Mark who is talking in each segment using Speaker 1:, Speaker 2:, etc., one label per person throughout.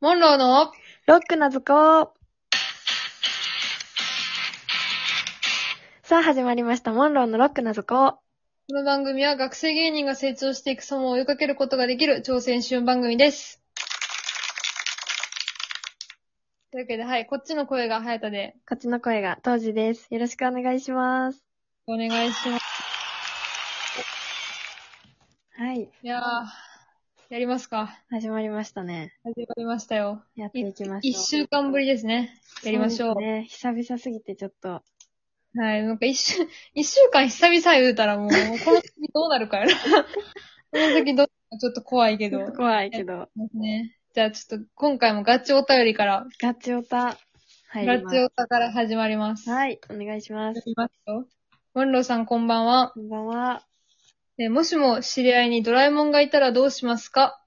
Speaker 1: モンローの
Speaker 2: ロックな図工。さあ、始まりました。モンローのロックな図工。
Speaker 1: この番組は学生芸人が成長していく様を追いかけることができる挑戦春番組です。というわけで、はい、こっちの声が早田で、
Speaker 2: こっちの声が当時です。よろしくお願いします。
Speaker 1: お願いします。
Speaker 2: はい。
Speaker 1: いやー、やりますか。
Speaker 2: 始まりましたね。
Speaker 1: 始まりましたよ。
Speaker 2: やっていきましょう。
Speaker 1: 一週間ぶりですね。やりましょう。
Speaker 2: そうですね。久々すぎてちょっと。
Speaker 1: はい、なんか一週、一週間久々言うたらもう、この先どうなるかやな。こ の先どうなるかちょっと怖いけ
Speaker 2: ち
Speaker 1: ど
Speaker 2: ょっ。と怖いけど。
Speaker 1: ね。じゃあちょっと今回もガチお便りから、
Speaker 2: ガチオタ。入
Speaker 1: ガ
Speaker 2: ります
Speaker 1: チオタから始まります。い。
Speaker 2: はい。お願いします。
Speaker 1: きますよ。モンローさんこんばんは。
Speaker 2: こんばんは。
Speaker 1: えーもしも知り合いにドラえもんがいたらどうしますか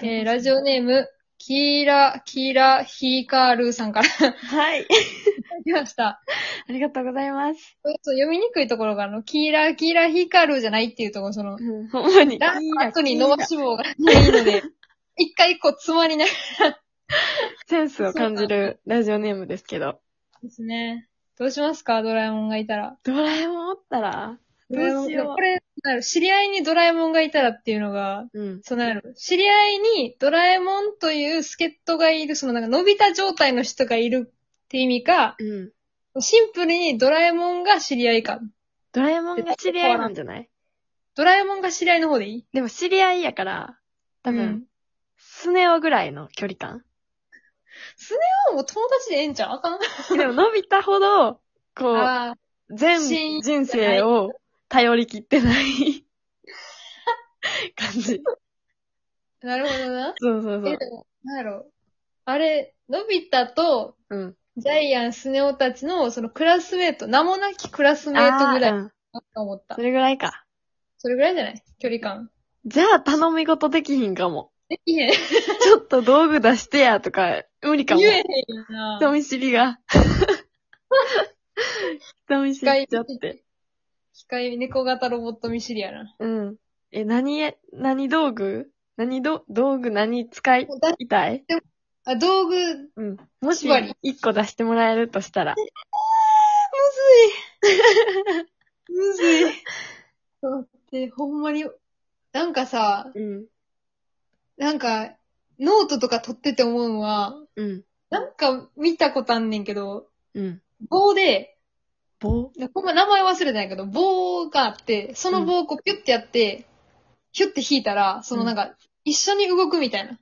Speaker 1: えーラジオネーム、キーラ、キーラ、ヒーカールーさんからい
Speaker 2: はい。
Speaker 1: ただきました。
Speaker 2: ありがとうございます。
Speaker 1: ちょっと読みにくいところが、あの、キーラ、キーラ、ヒーカールーじゃないっていうところ、その
Speaker 2: う、ん、ほんまに。
Speaker 1: ラの後に伸ばし棒がないので、一回一個詰まりない
Speaker 2: センスを感じるラジオネームですけど。
Speaker 1: ですね。どうしますかドラえもんがいたら。
Speaker 2: ドラえもんおったらどうしよ
Speaker 1: これ、なんやろ知り合いにドラえもんがいたらっていうのが、
Speaker 2: う。うん。
Speaker 1: そのなんやろ知り合いにドラえもんという助っ人がいる、そのなんか伸びた状態の人がいるって意味か、
Speaker 2: うん。
Speaker 1: シンプルにドラえもんが知り合いか。
Speaker 2: ドラえもんが知り合いなんじゃない
Speaker 1: ドラえもんが知り合いの方でいい
Speaker 2: でも知り合いやから、多分、
Speaker 1: うん
Speaker 2: スネ夫ぐらいの距離感。
Speaker 1: でももう友達でええんちゃうあかん。
Speaker 2: でも伸びたほど、こう、
Speaker 1: ああ、
Speaker 2: 全人生を頼り切ってない感じ。
Speaker 1: なるほどな。
Speaker 2: そうそうそ
Speaker 1: え、
Speaker 2: う。
Speaker 1: でも、なんやろあれ、のび太と
Speaker 2: うん。
Speaker 1: ジャイアン、スネ夫たちのそのクラスメイト、名もなきクラスメイトぐらいだ
Speaker 2: あーうん
Speaker 1: と思った
Speaker 2: そ。れぐらいか。
Speaker 1: それぐらいじゃない距離感。
Speaker 2: じゃあ頼み事できひんかも。
Speaker 1: できへん。
Speaker 2: ちょっと道具出してやとか、無理かも。
Speaker 1: 言えへんよな。
Speaker 2: 人見知 りが。人見知りしちゃって。
Speaker 1: 機械猫型ロボット見知りやな。
Speaker 2: うん。え、何、何道具何ど、道具何使い
Speaker 1: だ
Speaker 2: たい
Speaker 1: あ、道具、むずい。
Speaker 2: うん。もし
Speaker 1: 縛り、
Speaker 2: 一個出してもらえるとしたら。
Speaker 1: むずい。そうって、ほんまに、なんかさ、
Speaker 2: うん。
Speaker 1: なんか、ノートとか取ってて思うのは、
Speaker 2: うん。
Speaker 1: なんか見たことあんねんけど、
Speaker 2: うん。
Speaker 1: 棒で、
Speaker 2: 棒
Speaker 1: ほんま名前忘れたんやけど、棒があって、その棒をこうピュッてやって、ヒュッて引いたら、そのなんか、一緒に動くみたいな。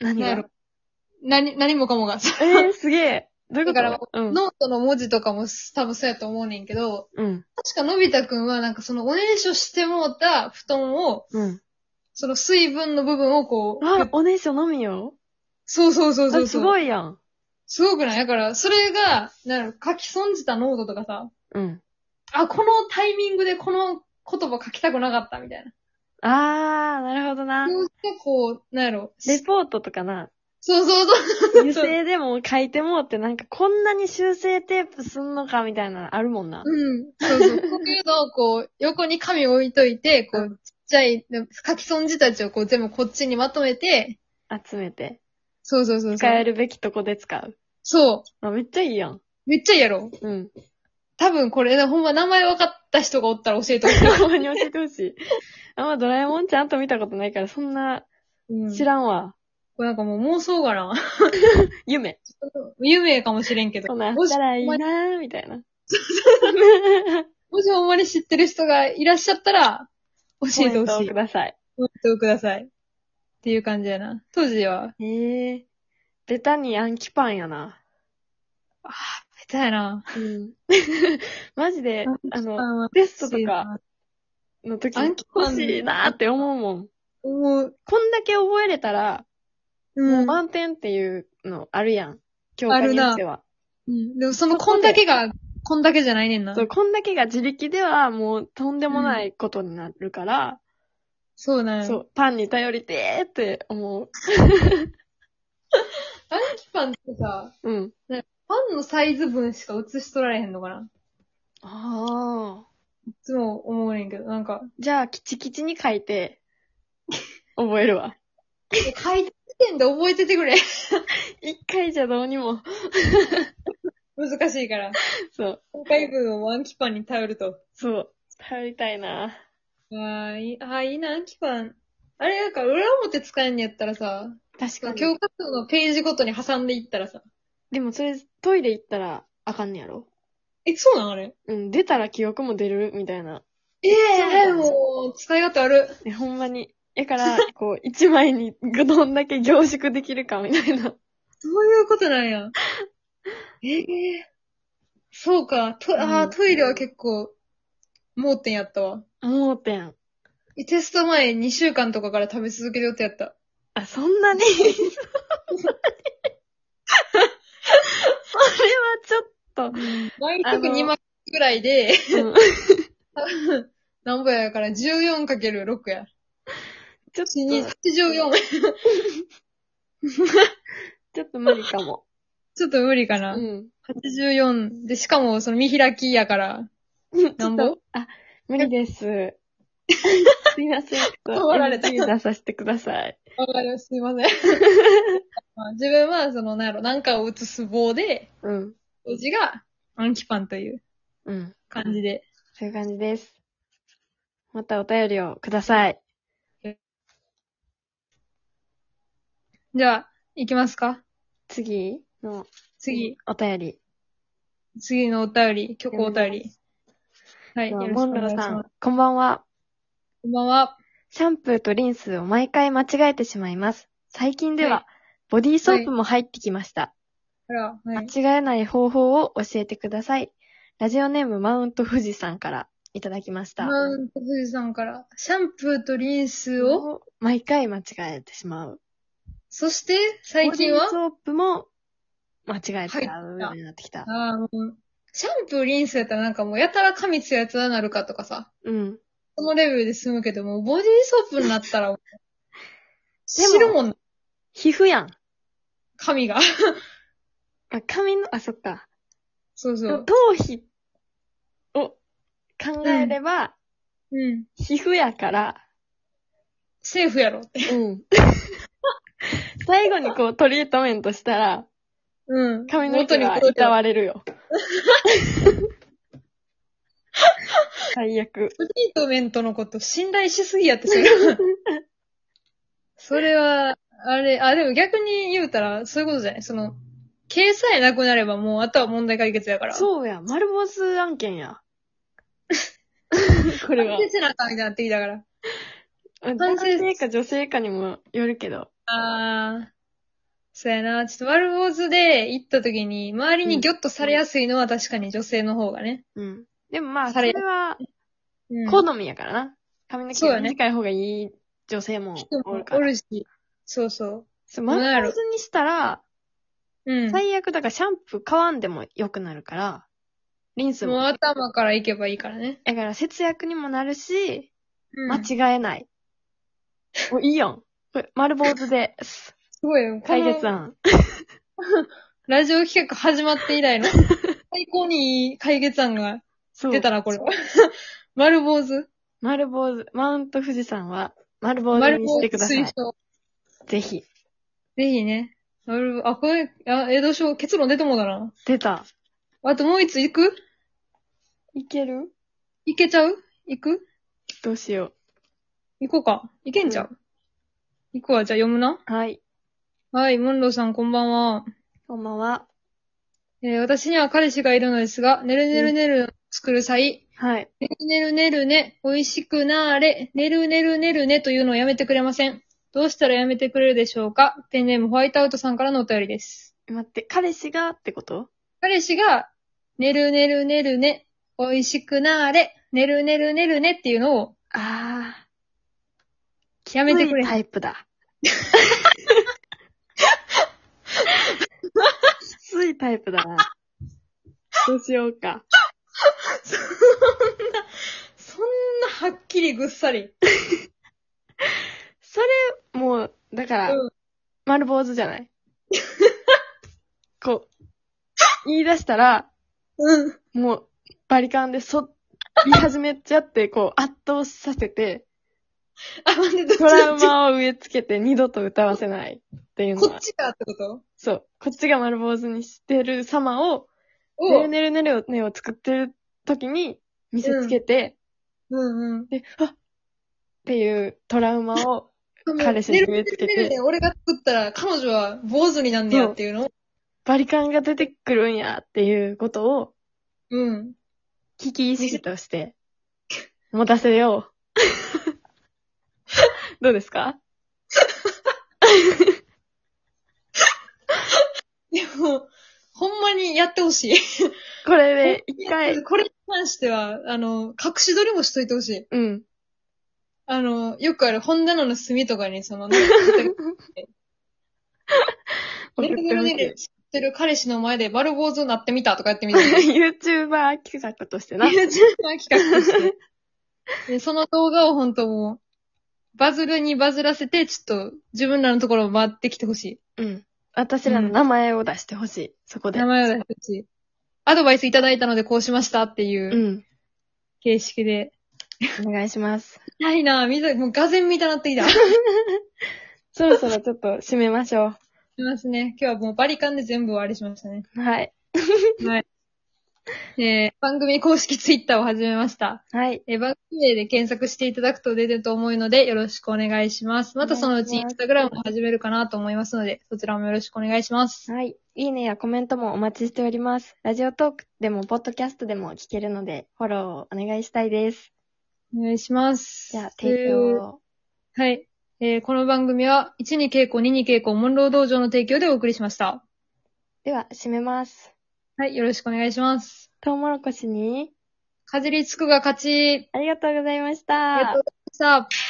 Speaker 2: 何
Speaker 1: なんや
Speaker 2: が
Speaker 1: ろ。何、何もかもが。
Speaker 2: えー、すげえ。どういうこと
Speaker 1: だから
Speaker 2: うん。
Speaker 1: ノートの文字とかも多分そうやと思うねんけど、
Speaker 2: うん。
Speaker 1: 確かのび太くんはなんかそのおねしょしてもうた布団を、
Speaker 2: うん。
Speaker 1: その水分の部分をこう、
Speaker 2: あ、おねしょのみよ。
Speaker 1: そうそうそうそうそう。
Speaker 2: あ、すご。いやん。
Speaker 1: すごくないだから、それが、なる書き損じたノートとかさ、
Speaker 2: うん。
Speaker 1: あ、このタイミングでこの言葉書きたくなかったみたいな。
Speaker 2: あー、なるほどな。
Speaker 1: そうしてこう、なんやろ。
Speaker 2: レポートとかな。
Speaker 1: そうそうそう。
Speaker 2: 油性でも書いてもうってなんかこんなに修正テープすんのかみたいなのあるもんな。
Speaker 1: うん。そうそう。こういうのをこう、横に紙置いといて、こ
Speaker 2: う
Speaker 1: う、ちっちゃい、書き損じたちをこう全部こっちにまとめて、
Speaker 2: 集めて。
Speaker 1: そうそうそうそう。
Speaker 2: 使えるべきとこで使う。
Speaker 1: そ
Speaker 2: あ、めっちゃいいやん。
Speaker 1: う。めっちゃいいやろ。
Speaker 2: うん。
Speaker 1: 多分これ、ほんま名前分かった人がおったら教えて ほしい。
Speaker 2: ほんまに教えてほしい。あんまドラえもんちゃんと見たことないから、そんな知
Speaker 1: 知らん。
Speaker 2: らんわ。
Speaker 1: これなんかもう妄想がな。
Speaker 2: 夢。
Speaker 1: 有名かもしれんけど。
Speaker 2: こんなんあ
Speaker 1: も
Speaker 2: っ
Speaker 1: した
Speaker 2: らいい
Speaker 1: ほんまに
Speaker 2: なーみたいな。
Speaker 1: もしほんまに知ってる人がいらっしゃったら、教
Speaker 2: コ
Speaker 1: えて
Speaker 2: メン
Speaker 1: ほ
Speaker 2: ト
Speaker 1: し
Speaker 2: を
Speaker 1: い。コ
Speaker 2: ください。
Speaker 1: メントをください。っていう感じやな。当時は、
Speaker 2: えー。ベタにヤンキパンやな。
Speaker 1: 下手やな。
Speaker 2: うん。 マジで、あの、
Speaker 1: の、
Speaker 2: テストとかの時
Speaker 1: ヤ
Speaker 2: に
Speaker 1: ンキパ
Speaker 2: 欲
Speaker 1: ン
Speaker 2: しいなーって思うもん。
Speaker 1: 思う。
Speaker 2: こんだけ覚えれたら、
Speaker 1: うん。
Speaker 2: 満点っていうのあるやん。教科によっては。
Speaker 1: うんでもそのこんだけが、こんだけじゃないねんな
Speaker 2: そ。う、こんだけが自力ではもうとんでもないことになるから、
Speaker 1: そうなん
Speaker 2: そ
Speaker 1: よ。
Speaker 2: う、パンに頼りてーって思う。
Speaker 1: アンキパンってさ、
Speaker 2: うん。
Speaker 1: パンのサイズ分しか写し取られへんのかな。
Speaker 2: ああ。
Speaker 1: いつも思うねんけど、なんか、
Speaker 2: じゃあ、キチキチに書いて、覚えるわ。
Speaker 1: 書いて点で覚えててくれ。
Speaker 2: 一回じゃどうにも。
Speaker 1: 難しいから。
Speaker 2: そう。
Speaker 1: 今回分をアンキパンに頼ると。
Speaker 2: そう。頼りたいな。
Speaker 1: わあ、いい、ああ、いいな、アンキパン。あれ、なんか裏表使えんのやったらさ、
Speaker 2: 確かに。
Speaker 1: 教科書のページごとに挟んでいったらさ。
Speaker 2: でもそれ、トイレ行ったらあかんねやろ。
Speaker 1: え、そうなんあれ
Speaker 2: うん、出たら記憶も出るみたいな。
Speaker 1: え
Speaker 2: え
Speaker 1: えもう、使い勝手ある。
Speaker 2: ね、ほんまに。やから、こう、一枚にどんだけ凝縮できるかみたいな。
Speaker 1: そういうことなんや。ええそうか。と、あ
Speaker 2: う
Speaker 1: あ、
Speaker 2: ん
Speaker 1: トイレは結構、盲点やったわ。
Speaker 2: 盲点。
Speaker 1: えテスト前2週間とかから食べ続ける予定やった。
Speaker 2: あ、そんなにそんなにそれは
Speaker 1: 毎
Speaker 2: あの
Speaker 1: 食2万ぐらいで、
Speaker 2: ちょっと、うん
Speaker 1: なんぼやから 14×6 や。
Speaker 2: ちょっと、
Speaker 1: 84。
Speaker 2: ちょっと無理かも。
Speaker 1: ちょっと無理か
Speaker 2: う
Speaker 1: な。
Speaker 2: ん。
Speaker 1: 84。で、しかもその見開きやから。なんぼ
Speaker 2: ちょっとあ、無理です。すいません。
Speaker 1: 断られた
Speaker 2: NG 出させてください。
Speaker 1: わかります。すい ません。まあ自分は、その、なんやろ、なんかを打つす棒で、
Speaker 2: うん。
Speaker 1: おじが、アンキパンという
Speaker 2: うん。
Speaker 1: 感じで。
Speaker 2: そういう感じです。またお便りをください。
Speaker 1: じゃあ、行きますか
Speaker 2: 次の
Speaker 1: 次、
Speaker 2: お便り。
Speaker 1: 次のお便り、曲お便り。はい、
Speaker 2: で
Speaker 1: よろ
Speaker 2: は
Speaker 1: しく
Speaker 2: モ
Speaker 1: お
Speaker 2: ンロ
Speaker 1: 願い
Speaker 2: ー
Speaker 1: し
Speaker 2: さ
Speaker 1: ます
Speaker 2: ん。、こんばんは。
Speaker 1: こんばんは。
Speaker 2: シャンプーとリンスを毎回間違えてしまいます。最近では、
Speaker 1: はい
Speaker 2: ボディーソープも入ってきました。
Speaker 1: あら、はい。
Speaker 2: 間違えない方法を教えてください。ラジオネームマウント富士さんからいただきました。
Speaker 1: マウント富士山から、シャンプーとリンスを、
Speaker 2: 毎回間違えてしまう。
Speaker 1: そして、最近は
Speaker 2: ボディーソープも間違えちゃうようになってきた。
Speaker 1: ああ、もう、シャンプー、リンスやったらなんかもう、やたら髪ツヤツヤなるかとかさ、
Speaker 2: うん。
Speaker 1: そのレベルで済むけども、ボディーソープにな ったらもう、
Speaker 2: でも
Speaker 1: 知るもんな、
Speaker 2: 皮膚やん。
Speaker 1: 髪が。
Speaker 2: あ、髪の、あ、そっか。
Speaker 1: そうそ
Speaker 2: でも
Speaker 1: う。
Speaker 2: 頭皮を考えれば、
Speaker 1: うん。
Speaker 2: 皮膚やから、
Speaker 1: セーフやろって。
Speaker 2: うん。 最後にこうトリートメントしたら、
Speaker 1: うん。
Speaker 2: 髪の
Speaker 1: 元
Speaker 2: 毛
Speaker 1: に
Speaker 2: が
Speaker 1: 戻
Speaker 2: い
Speaker 1: って
Speaker 2: た
Speaker 1: は
Speaker 2: われる よ。最悪。
Speaker 1: トリートメントのこと信頼しすぎやって、それ それは、あれ、あ、でも逆に言うたら、そういうことじゃないその、毛さえなくなればもう、あとは問題解決やから。う。
Speaker 2: そうや、丸ボス案件や。 これは
Speaker 1: 反省。せなあかんみたいになってきたから。
Speaker 2: 男性か女性かにもよるけど。
Speaker 1: あー。そうやな。ちょっと丸坊主で行った時に、周りにギョッとされやすいのは確かに女性の方がね。
Speaker 2: うん。でもまあ、そ
Speaker 1: され
Speaker 2: れは
Speaker 1: うん。
Speaker 2: 好みやからな。髪の毛
Speaker 1: そう
Speaker 2: が
Speaker 1: やね
Speaker 2: 短い方がいい女性も
Speaker 1: 人
Speaker 2: お
Speaker 1: も
Speaker 2: るか
Speaker 1: お
Speaker 2: ら。
Speaker 1: るし。そうそう。
Speaker 2: そう、丸
Speaker 1: なんやろ
Speaker 2: 坊主にしたら、
Speaker 1: うん。
Speaker 2: 最悪だからシャンプー買わんでも良くなるから、リンス
Speaker 1: もう
Speaker 2: も。
Speaker 1: 頭から行けばいいからね。
Speaker 2: だから節約にもなるし、
Speaker 1: うん。
Speaker 2: 間違えない。お、いいやん。これ、丸坊主です。
Speaker 1: すごいよ。
Speaker 2: 解
Speaker 1: こ
Speaker 2: 決
Speaker 1: の
Speaker 2: 案。
Speaker 1: ラジオ企画始まって以 来の最高にいい解決案が
Speaker 2: そう。
Speaker 1: 出たな、これは。 丸坊主。
Speaker 2: 丸坊主、マウント富士山は、丸坊主
Speaker 1: 丸
Speaker 2: にし
Speaker 1: 坊主
Speaker 2: てくださ
Speaker 1: 推
Speaker 2: い。
Speaker 1: 奨。
Speaker 2: ぜひ。
Speaker 1: ぜひね。丸坊あ、これ、あ、江戸賞結論出てもうだな。
Speaker 2: 出た。
Speaker 1: あともう一つ行く
Speaker 2: いける
Speaker 1: 行けちゃう行く
Speaker 2: どうしよ
Speaker 1: 行こうか。行けんちゃう、行くわ、じゃあ読むな。
Speaker 2: う。はい。
Speaker 1: はい、モンローさんこんばんは。
Speaker 2: こんばんは。
Speaker 1: えー私には彼氏がいるのですが、ねるねるねるを作る際、
Speaker 2: はい。
Speaker 1: ねるねるねるね、美味しくなーれ、ねるねるねるねというのをやめてくれません。どうしたらやめてくれるでしょうかペンネームホワイトアウトさんからのお便りです。
Speaker 2: 待って、彼氏がってこと
Speaker 1: 彼氏が、ねるねるねるね、美味しくなーれ、ねるねるねるねっていうのを
Speaker 2: ああ。
Speaker 1: やめてくれ。
Speaker 2: タイプ だ。きついタイプだな。どうしようか。
Speaker 1: そんなはっきりぐっさり。
Speaker 2: それ、もう、だから、
Speaker 1: うん
Speaker 2: 丸坊主じゃないこう、言い出したら、
Speaker 1: うん。
Speaker 2: もう、バリカンでそ、言い始めちゃって、こう、圧倒させて、
Speaker 1: あ、待って、どっち
Speaker 2: トラ
Speaker 1: ど
Speaker 2: ウ
Speaker 1: っち
Speaker 2: マを植え付けて二度と歌わせないっていうの
Speaker 1: こ
Speaker 2: は
Speaker 1: っ。ちかってこと
Speaker 2: そう。こっちが丸坊主にしてる様を、ね
Speaker 1: を、
Speaker 2: るねるねるをねを作ってる時に見せつけて、
Speaker 1: うんうん。
Speaker 2: で、あっっていうトラウマを彼氏に植え付け
Speaker 1: ねるねるね
Speaker 2: て、
Speaker 1: るね俺が作ったら彼女は坊主になんねやっていうのを
Speaker 2: バリカンが出てくるんやっていうことを
Speaker 1: うん。
Speaker 2: 危機意識として持たせよ う。どうですか
Speaker 1: でも、ほんまにやってほしい。
Speaker 2: これで一回、
Speaker 1: これに関しては、あの、隠し撮りもしといてほしい。
Speaker 2: うん。
Speaker 1: あの、よくある、本棚の隅とかに、その、ね、
Speaker 2: 送
Speaker 1: ネ
Speaker 2: って
Speaker 1: ル
Speaker 2: ほしい
Speaker 1: ネルネル知ってる彼氏の前でバルボーズになってみたとかやってみて。
Speaker 2: YouTuber 企画としてな。
Speaker 1: y o u t u b 企画として。でその動画を本当もう、バズるにバズらせて、ちょっと自分らのところを回ってきてほし
Speaker 2: うん。私らの名前を出してほしい。そこ
Speaker 1: い。
Speaker 2: で。。
Speaker 1: 名前を出してほしい。アドバイスいただいたのでこうしましたっていううん形式で。
Speaker 2: お願いします。
Speaker 1: ないなぁ、みたい、もう、がぜみたいになってきた。
Speaker 2: そろそろちょっと締めましょ
Speaker 1: いますね。今日はもうバリカンで全部終わりしましたね。
Speaker 2: う。はい。
Speaker 1: はい。えー、番組公式ツイッターを始めました。
Speaker 2: はい。
Speaker 1: えー、番組名で検索していただくと出てると思うので、よろしくお願いします。またそのうちインスタグラムを始めるかなと思いますので、そちらもよろしくお願いします。
Speaker 2: はい。いいねやコメントもお待ちしております。ラジオトークでも、ポッドキャストでも聞けるので、フォローをお願いしたいです。
Speaker 1: お願いします。
Speaker 2: じゃあ、提供
Speaker 1: えー
Speaker 2: を。
Speaker 1: はい。えー、この番組は、1に稽古、2に稽古、モンロー道場の提供でお送りしました。
Speaker 2: では、締めます。
Speaker 1: はい、よろしくお願いします。
Speaker 2: トウモロコシに、
Speaker 1: かじりつくが勝ち。
Speaker 2: ありがとうございました。
Speaker 1: ありがとうございました。